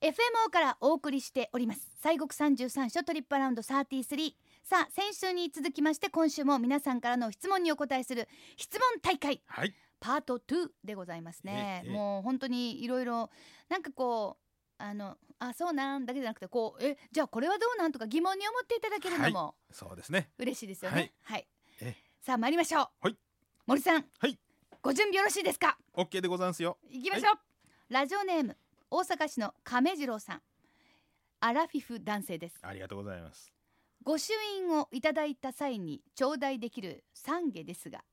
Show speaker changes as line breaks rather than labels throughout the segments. FMO からお送りしております西国三十三所トリップアラウンド33さあ先週に続きまして今週も皆さんからの質問にお答えする質問大会
はい。
パート2でございますね、
ええ
もう本当にいろいろなんかこうあのあそうなんだけじゃなくてこうえじゃあこれはどうなんとか疑問に思っていただけるのも
そうですね。
嬉しいですよねはい、
ええ
さあ参りましょう、
はい
森さん、
はい
ご準備よろしいですか
オッケーでござんすよ。
いきましょう、ラジオネーム大阪市の亀次郎さんアラフィフ男性です
ありがとうございます。
御朱印をいただいた際に頂戴できる懺悔ですが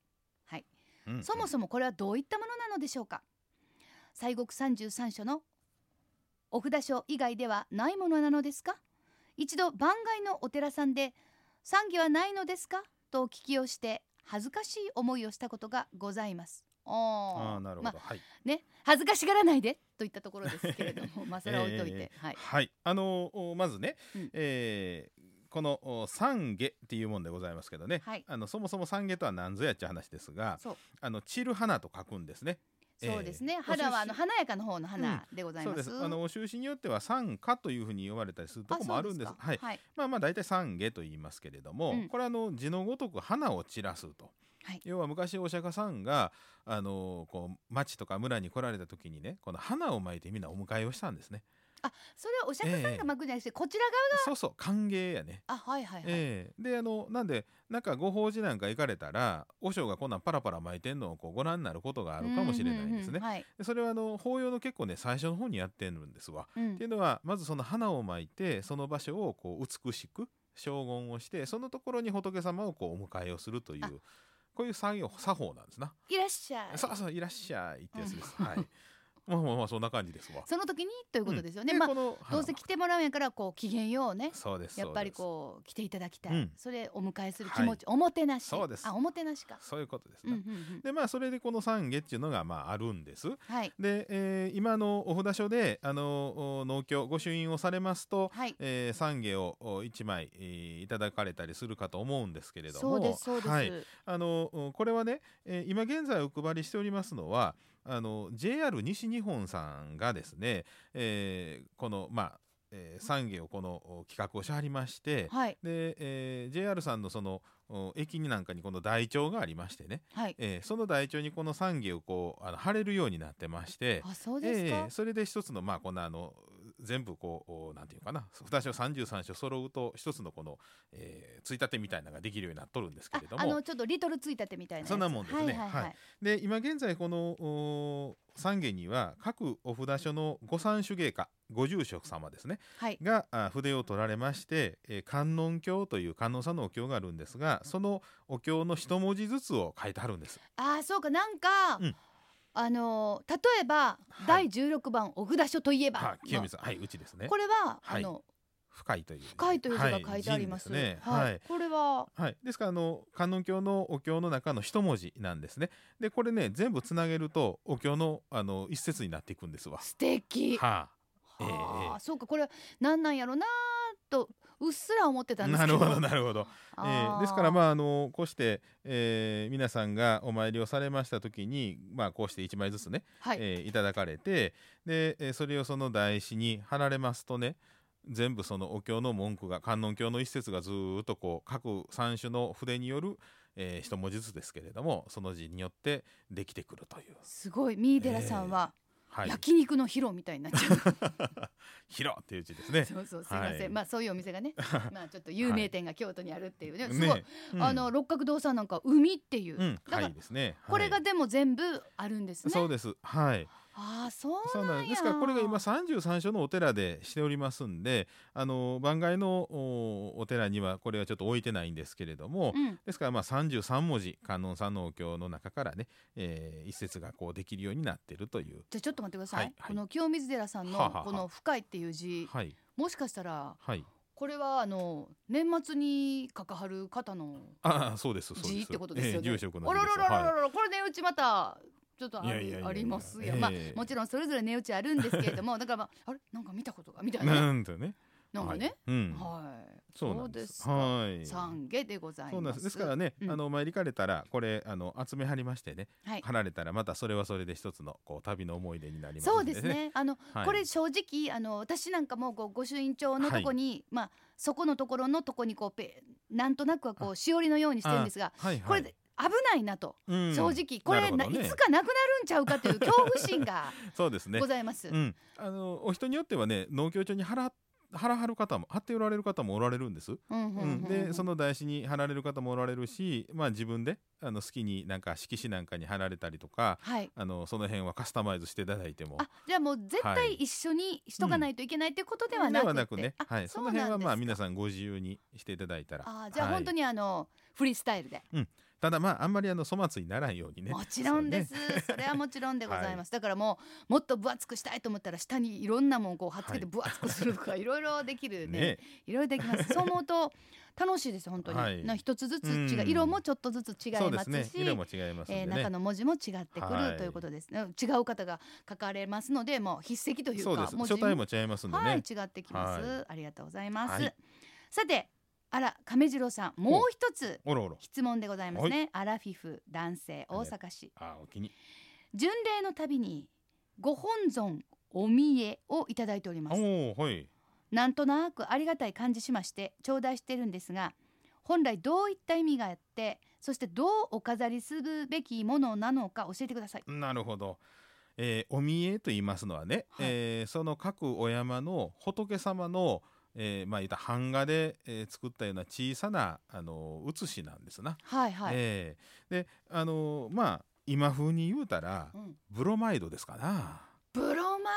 はい
うん
そもそもこれはどういったものなのでしょうか西国三十三所のお札所以外ではないものなのですか一度番外のお寺さんで懺悔はないのですかとお聞きをして恥ずかしい思いをしたことがございます
あ
あ
あ、なるほど。はい。
ね、恥ずかしがらないでといったところですけれど もまあそれは置いといて、
ええ
はい、
はい。あのーおまずね
うん、
えーこのお懺悔っていうもんでございますけどね
はい。
あのそもそも懺悔とは何ぞやっちゃ話ですが、
そう
あの散る花と書くんですね。ええ
そうですね、
お
花はあの
出身
華やかの方の花でござい
そう
ま、
ですす。あのお収支によっては参加というふうに呼ばれたりするとこもあるんです。
そうか
はい。
はい
まあまあ大体懺悔と言いますけれども、
うん
これはあの字のごとく花を散らすと、
はい
要は昔お釈迦さんがあのこう町とか村に来られた時にねこの花を巻いてみんなお迎えをしたんですね。
それはお釈迦さんが巻くんじゃなくて、こちら
そうそう歓迎やね。
側あはいはいはい、
ええであのなんでなんかご法事なんか行かれたら和尚がこんなんパラパラ巻いてんのをこうご覧になることがあるかもしれないです
うんうんうん
ね。
はい
でそれはあの法要の結構ね最初の方にやってるんですわ。
うん
っていうのはまずその花を巻いてその場所をこう美しく荘厳をしてそのところに仏様をこうお迎えをするとい
あ
うこういう作業作法なんですな。
いらっしゃい
さあさあいらっしゃいってやつです。はい。まあまあまあそんな感じですわ。
その時にということですよね、
で
まあ
この
ど
花
うせ来てもらうんやからこう機嫌ようね
そうです。
やっぱり
う
こう来ていただきたい、
うん
それお迎えする気持ち、おもてなし
そうです
あおもてなしか
です。そういうことです
うん
ね。
うんうん
でまあそれでこの三下っていうのがまああるんです。
はい
で、えー今のお札所であのお農協御朱印をされますと、
はい
えー、懺悔をお一枚、えーいただかれたりするかと思うんですけれど
そ
も、
うですそうです、
はい、あのうんこれはね、えー今現在お配りしておりますのはあの JR 西日本さんがですね、えーこのまあ、えー、産業をこのお企画をしはりまして、
はい
で、えー JR さんのそのお駅になんかにこの台帳がありましてね、
はい
えーその台帳にこの産業をこうあの貼れるようになってまして、
あそうです
え
か、
えそれで一つのまあこんなあの全部こうおなんていうかな2章33章揃うと一つのこの、えー、ついたてみたいなのができるようになっとるんですけ
あ
れど
あの
も
ちょっとリトルついたてみたいなやつ
そんなもんですね
はいはいはい、
はいで今現在このお三軒には各お札所の御三種芸家ご住職様ですね
はい
があ筆を取られまして、えー、観音経という観音さんのお経があるんですがそのお経の一文字ずつを書いてあるんです。
あーそうかなんか、
うん
あのー例えば、
い
第16番「お札所といえばの」
はい、清水さん、はい、うちですね。
これは、
はい
あの
深いという字。
深いという字が
は
書いてあります,、
仁ですね。
はい
はい。
これは
はい、ですからあの観音経のお経の中の一文字なんですね。でこれね全部つなげるとお経のあの一節になっていくんですわ。
素敵は
はええ
あ、
ええ
そうかこれなんなんやろなーとうっすら思ってた
あ、
んですけ
な
ど
るほどなるほど。ええ
あー
ですからまああのこうして、ええ皆さんがお参りをされました時にまあこうして一枚ずつね、
はい、
ええいただかれてで、ええそれをその台紙に貼られますとね全部そのお経の文句が観音経の一節がずーっとこう各三種の筆による、ええ一文字ずつですけれどもその字によってできてくるという。
すごいミーデラさんは
はい、
焼肉のヒロみたいになっちゃう、
ひろっていう字ですね。
そうそうすいません、
はい
まあそういうお店が ねまあちょっと有名店が京都にあるっていうね、
ね
すごい、
うん
あの六角堂さんなんか海っていう、
うん、
だか
は
ら
いですね。
これが
はい
でも全部あるんですね。
そうです。はい。
ああそう
そうなん
や
ですからこれが今三十三所のお寺でしておりますんで、あの番外のおお寺にはこれはちょっと置いてないんですけれども。
うん、
ですからまあ33文字観音さんのお経の中からね、えー、一節がこうできるようになってるという
じゃあちょっと待ってください、
はいはい
この清水寺さん
はあはあは
の
あ
この「深い」っていう字、
はい
もしかしたら
はい
これはあの年末に書かはる方の
ああそうですそうです
字ってことですよね。
ええ住職の
あ
字で
ら
す
らららら
は
らこれ値打ちまたちょっとあり
いやいやいやいや
ありますよ。まあ
ええ
もちろんそれぞれ値打ちあるんですけれどもだからまああれなんか見いたことがみたい
い
なね。
なんとね
なんかね、
うん、
はい、
そうなんです。はい。
三下でございます。
そうなんです。ですからね、
うん
あの参りかれたらこれあの集めはりましてね、
はい。
離れたらまたそれはそれで一つのこう旅の思い出になります
そうんです。ね。あの、
はい、
これ正直あの私なんかもこう御朱印帳のとこに、まあそこのところのとこにこうペなんとなくはこうしおりのようにしてるんですが、
はいはい、
これ危ないなと、
うん
正直これ
な
な、
るほどね
いつかなくなるんちゃうかという恐怖心が
そうですね
ご。ざいます。
うん、あのお人によってはね農協帳に貼ら腹貼る方も貼っておられる方もおられるんです。
うんうんう
うんん、
うん
でその台紙に貼られる方もおられるし、まあ、自分であの好きになんか色紙なんかに貼られたりとか
はい。
あのその辺はカスタマイズしていただいても
あじゃあもう絶
は
対
い
一緒にしとかないといけないということではなくて、
ね、
あ
はい、そうの
なんです
辺はまあ
か
皆さんご自由にしていただいたら
あーじゃあ本当
に、
にあの、フリースタイルで、
はいただまああんまりあの粗末にならんようにね
もちろんですそ,、れはもちろんでございます、だからもうもっと分厚くしたいと思ったら下にいろんなもんこう貼っつけて
は
分厚くするとか、い、ろいろでき
そ
る
う
ね
ね
いろいろできますそう思うと楽しいです本当に、
はい
な一つずつ違う
うん
色もちょっとずつ違い
そうで
ますす
ね
し
色も違いますん
え
で
ー
ね、
中の文字も違ってく
は
る
い
ということです、ね違う方が書かれますのでもう筆跡というか
そうです
も
書体
も
も違いますんでね、
はい違ってきます、
は
ありがとうございます、
はい
さてあら亀次郎さんもう一つ
おろおろ
質問でございますね、アラフィフ男性大
はい
阪市
あーお気に
巡礼の旅にご本尊お見えをいただいております
おおはい
なんとなくありがたい感じしまして頂戴してるんですが本来どういった意味があってそしてどうお飾りするべきものなのか教えてください
なるほど。えーお見えと言いますのはね、
はい
えーその各お山の仏様の、えーまあ言った版画で、えー作ったような小さな、あのー写しなんですな。
はいはい、
えーで、あのーまあ今風に言うたら
うん
ブロマイドですかな。
ブロマ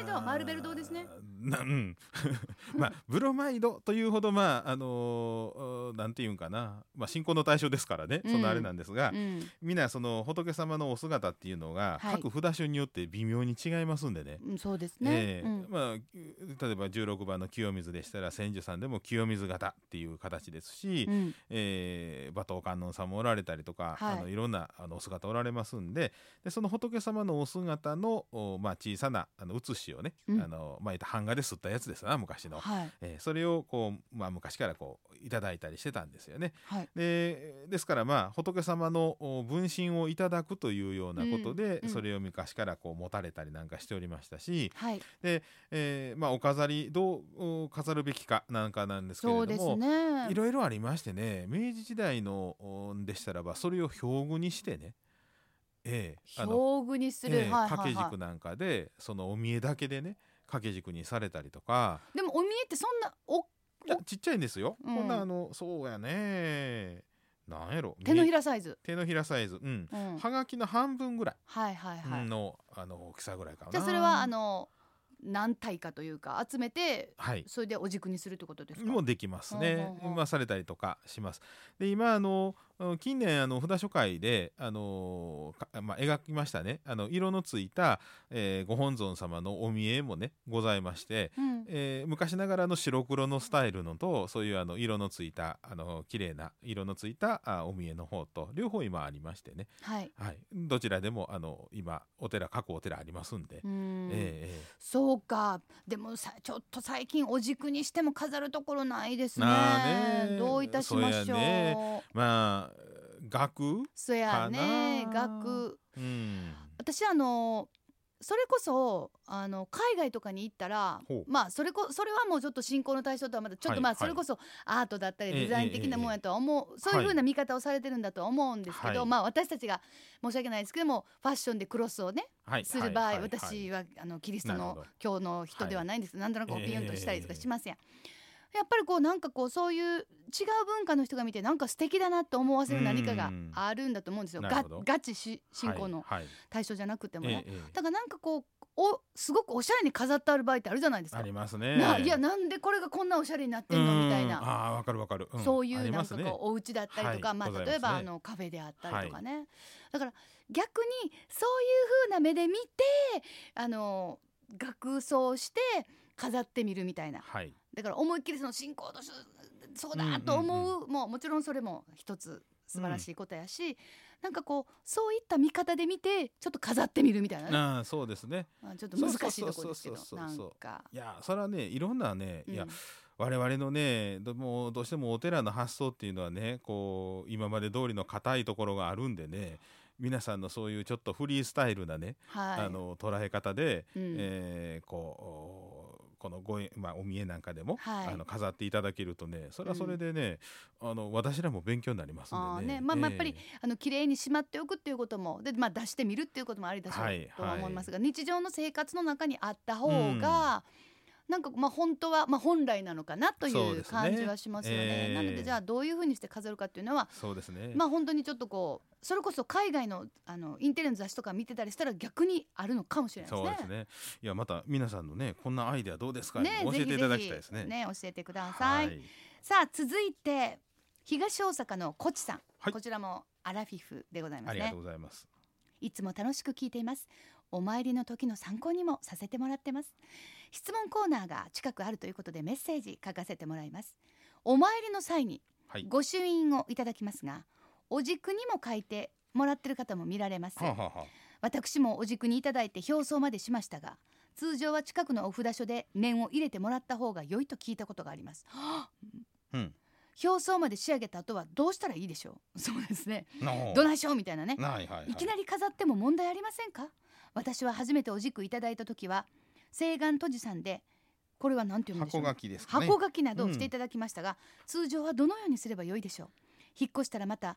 イド
あー
マルベル堂ですね。
なうん、 まあブロマイドというほどまああのーなんていうんかな、まあ信仰の対象ですからね、そのあれなんですが、
うん
皆その仏様のお姿っていうのが
はい
各札所によって微妙に違いますんでね。
うん、そうですね、
え
う
え
ん
まあ、例えば16番の清水でしたら千住さんでも清水型っていう形ですし、
うん
えー馬頭観音さんもおられたりとか、
はい
い、あのいろんなあのお姿おられますんででその仏様のお姿の、おまあ、小さなあの写しをね、
うん
あのまあ、言った版画で刷ったやつですな昔の、
はい
えーそれをこう、まあ、昔からこういただいたりしてたんですよね。
はい
でですからまあ仏様のお分身をいただくというようなことで、
うんうん
それを昔からこう持たれたりなんかしておりましたし、
はい
えーまあ、お飾りどうお飾るべきかなんかなんですけれ
そう
ど
です
も、
ね
いろいろありましてね明治時代のおでしたらばそれを標語にしてね、ええあの
表具にする、
ええ
はい
掛
はい
け
は
軸なんかでそのお見えだけでね掛け軸にされたりとか。
いでもお見えってそんなお
いやちっちゃいんですよ、
うん
こんなあのそうやねなんやろ
手の
み
ひらサイズ、
手のひらサイズうん
うん、
はがきの半分ぐら
はいはいはい、
いの、あの大きさぐらいかな
じゃあそれはあの何体かというか集めて
はい
それでお軸にするってことですか
もうできますね
ほうほうほう
まあされたりとかしますで今あの近年あの札書会であのかまあ、描きましたねあの色のついた、えーご本尊様のお見えもねございまして、
うん
えー昔ながらの白黒のスタイルのとそういうあの色のついたあの綺麗な色のついたあお見えの方と両方今ありましてね、
はい
はい、どちらでもあの今お寺各お寺ありますんで、
うん
ええええ
そうかでもさちょっと最近お軸にしても飾るところないですね
なあね
どういたしまし
そ
ょ
う
う
やねまあ額
そやね
かな
額
うん
私あのそれこそあの海外とかに行ったら
ほう
まあそれこそれはもうちょっと信仰の対象とはまだちょっと、
はい
まあ
はい
それこそアートだったり
ええ
デザイン的なもんやとは思う、そういうふうな見方をされてるんだとは思うんですけど、
はい
まあ私たちが申し訳ないですけどもファッションでクロスをね
はい
する場合、
はいはいはい
私はあのキリスト
なる
の
ほど
教の人ではないんです、なんとなくこう
ええ
ピュンとしたりとかしますやん。やっぱりこうなんかこうそういう違う文化の人が見てなんか素敵だなと思わせる何かが
うん
あるんだと思うんですよ。
なる
が
ほど
ガチし信仰の
はいはい
対象じゃなくても
え
ね。
えええ
だからなんかこうおすごくおしゃれに飾ってある場合ってあるじゃないですか。
ありますね
ないやなんでこれがこんなおしゃれになってんのみたい
うん
な、
あーわかるわかる、ん
そうい
あ
う
り
な
ま
ん
す
か
ね
こうお家だったりとか、
はい
まあ
ございます
例
ね
えばあのカフェであったりとかね、だから逆にそういう風な目で見てあの額装して飾ってみるみたいな
はい
だから思いっきりその信仰としそう
うんうんう
だ
ん
と思う,、もうもちろんそれも一つ素晴らしいことやし、なんかこうそういった見方で見てちょっと飾ってみるみたいな、ね
ああそうですね
まあちょっと難しいところですけど
そうそうそうそう
な
そうん
か。
いやそれはねいろんなね、
うん
いや我々のねどもうどうしてもお寺の発想っていうのはねこう今まで通りの硬いところがあるんでね皆さんのそういうちょっとフリースタイルなね、
はい、
あの捉え方で、
うん
えーこうおこのご縁、まあ、お見えなんかでも、
はい
あの飾っていただけるとねそれはそれでね、あの私らも勉強になりますんでね
あーねまあまあ
ええ
やっぱりあの綺麗にしまっておくっていうこともで、まあ、出してみるっていうこともありだし
はい
とは思
はいい
ますが、日常の生活の中にあった方が、なんかまあ本当は、まあ、本来なのかなとい
そう
う
ですね
感じはしますよね。
えー
なのでじゃあどういうふうにして飾るかっていうのは、
そうですね、
まあ本当にちょっとこうそれこそ海外のあのインテリの雑誌とか見てたりしたら逆にあるのかもしれないです
そう
ね。
ですねいやまた皆さんのねこんなアイデアどうですか、
ね
教えていただきたいです
ぜ
ね
ひぜひね教えてください。
はい
さあ続いて東大阪のコチさん、
はい
こちらもアラフィフでございま
あ
す
りが
ね
とう。ございます
いつも楽しく聞いています。お参りの時の参考にもさせてもらってます。質問コーナーが近くあるということでメッセージ書かせてもらいます。お参りの際に
はい
御朱印をいただきますが、お軸にも書いてもらってる方も見られます。
はあ、はあはあ
私もお軸にいただいて表層までしましたが、通常は近くのお札所で念を入れてもらった方が良いと聞いたことがあります。
うん
表層まで仕上げた後はどうしたらいいでしょう。そうですね。
なあ
どないしょうみたいなね。
はいはいはい
いきなり飾っても問題ありませんか私は初めてお軸いただいた時は西岸とじさんでこれは何て言うんでしょ
箱
う、
書
ね、
きですかね
箱書きなどをしていただきましたが、通常はどのようにすればよいでしょう引っ越したらまた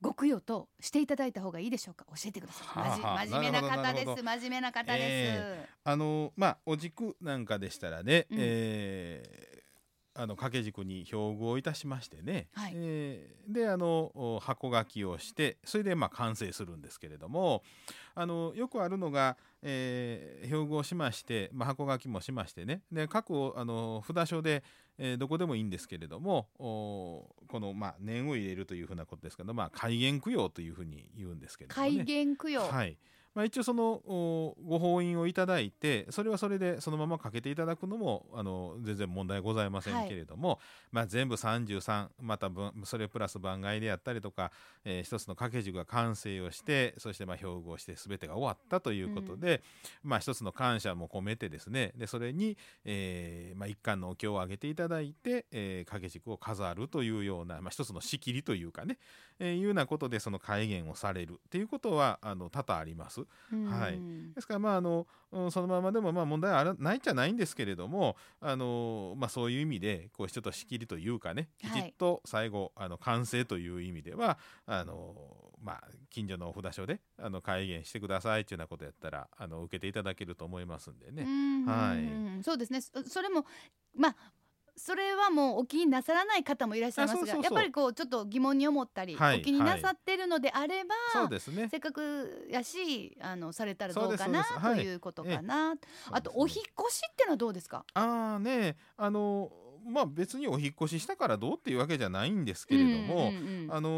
ご供養としていただいた方がいいでしょうか教えてください、まじ
はあはあ
真面目な
なるほど
方
なる
で
ほど
す真面目な方です、
えあのまあお軸なんかでしたらね、
うん
えーあの掛け軸に標語をいたしましてね、
はい
えーであのお箱書きをしてそれでまあ完成するんですけれどもあのよくあるのが、えー標語をしまして、まあ、箱書きもしましてねで各おあの札所で、えーどこでもいいんですけれどもおこの、まあ、念を入れるというふうなことですけど、まあ、開元供養というふうに言うんですけれども、ね。
開元供養、
はいまあ、一応そのおご法印をいただいてそれはそれでそのままかけていただくのもあの全然問題ございませ
はい
んけれども、まあ、全部33また分それプラス番外であったりとか、えー一つの掛け軸が完成をしてそしてまあ標語をして全てが終わったということで、まあ、一つの感謝も込めてですねでそれに、えーまあ、一貫のお経をあげていただいて、えー掛け軸を飾るというような、まあ、一つの仕切りというかねえー、いうようなことでその改元をされるっていうことはあの多々あります。
うん
はいですからまああの、うんそのままでもまあ問題はあらないじゃないんですけれどもあの、まあ、そういう意味でこうちょっと仕切りというかねき
はい
ちっと最後、あの完成という意味ではあの、まあ、近所のお札所であの改元してくださいっていうようなことやったらあの受けていただけると思いますんで
う
ね。
ん
はい
うんそうですねそそれもまあそれはもうお気になさらない方もいらっしゃいますが
あそうそうそう
やっぱりこうちょっと疑問に思ったり、
はい
お気になさってるのであれば、
そうですね
せっかくやしあのされたらど
そう
う
です
かな
そうですはい
ということかな、あと
そう
お
です
引
ね
っ越しってのはどうですか
ああねあのまあ別にお引っ越ししたからどうっていうわけじゃないんですけれども、
うんうんうん
あの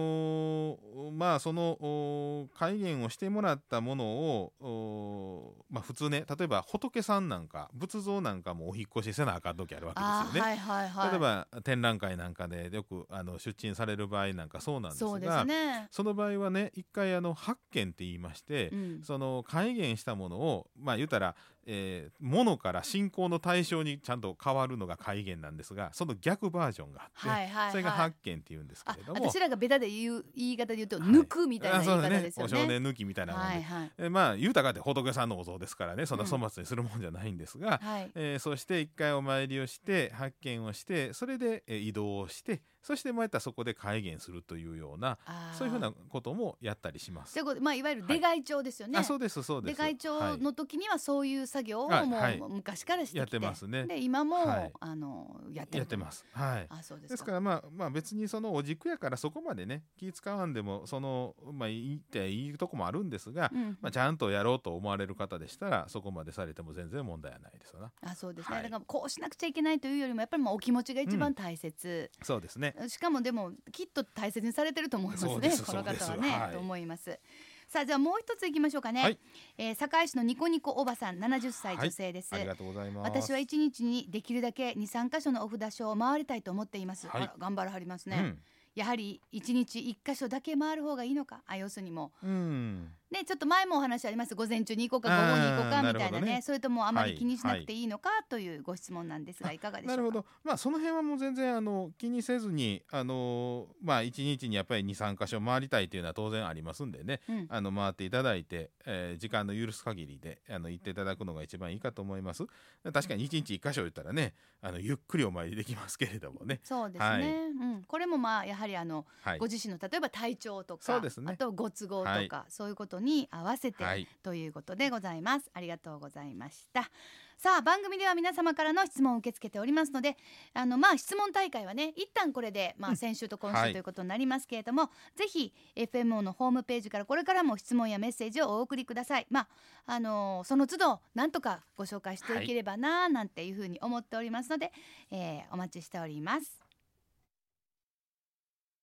ーまあそのお戒厳をしてもらったものをおまあ普通ね例えば仏さんなんか仏像なんかもお引っ越しせなあかん時あるわけ
あ
です
ー
よね。
はいはいはい
例えば展覧会なんかでよくあの出陳される場合なんかそうなんですが
そうですね、
その場合はね一回あの発見って言いまして、
うん、
その戒厳したものをまあ言うたら、えー、物から信仰の対象にちゃんと変わるのが戒厳なんですがその逆バージョンがあって、
はいはいはい
それが発見って言うんですけ
あ
れども
私。らがベタで言う言い方で言うと、
はい
抜くみたいな
あ
言
そ
いう方
だ
ですよ
お
ね
少年抜きみたいなもんで、
はいはい
えまあ豊かで仏さんのお像ですからねそんな
うん
粗末にするもんじゃないんですが、
はい
えーそして一回お参りをして発見をしてそれで、えー移動をしてそしてまたそこで戒厳するというような
あー
そういうふうなこともやったりします。
ということでまあいわゆる出外帳ですよね、
あそうですそうで。
です会長
はい
の時にはそういう作業を
はい
も
はいう
昔からしてきて
やってますね
で今も、
はい
あのやってる
やってます。はい。
あそうですか
ですからまあまあ別にそのお軸やからそこまでね気使わんでもそのまあいいっていいとこもあるんですが、
うん
まあちゃんとやろうと思われる方でしたらそこまでされても全然問題はないですよな。
あそうですね、
はい
だからこうしなくちゃいけないというよりもやっぱりまあお気持ちが一番大切、
そうですね。
しかもでもきっと大切にされてると思います
そう
ね
です
この方は
そうで
ね、
すはい
と思いますさあじゃあもう一ついきましょうかね、
はい
えー堺市のニコニコおばさん70歳
はい
女性です、
ありがとうございます。
私は一日にできるだけ23箇所のお札所を回りたいと思っています、
はい
あら頑張らはりますね、
うん
やはり一日一箇所だけ回る方がいいのかあ要するにも
うん
うねちょっと前もお話あります午前中に行こうか午後に行こう
あ
かみたい
ーなる
な
ほど
ね
ね
それともあまり気にしな
は
く
い
ていいのかというご質問なんですがいかがでしょうか
なるほど、まあ、その辺はもう全然あの気にせずに、あのまあ、1日にやっぱり23箇所回りたいというのは当然ありますんでね
うん
あの回っていただいて、えー時間の許す限りであの行っていただくのが一番いいかと思います確かに1日1箇所言ったらねあのゆっくりお参りできますけれどもね、
そうですね、
はい
うん、これもまあやはりあの
はい
ご、自身の例えば体調と
そ
か、
うですね
あとご都合とか、
はい
そういうことに合わせて、
はい
ということでございますありがとうございましたさあ番組では皆様からの質問を受け付けておりますのであのまあ質問大会はね一旦これでまあ先週と今
は
週
い
ということになりますけれども、ぜひ FMO のホームページからこれからも質問やメッセージをお送りくださいまああのその都度なんとかご紹介していければななんていうふうに思っておりますので、えーお待ちしております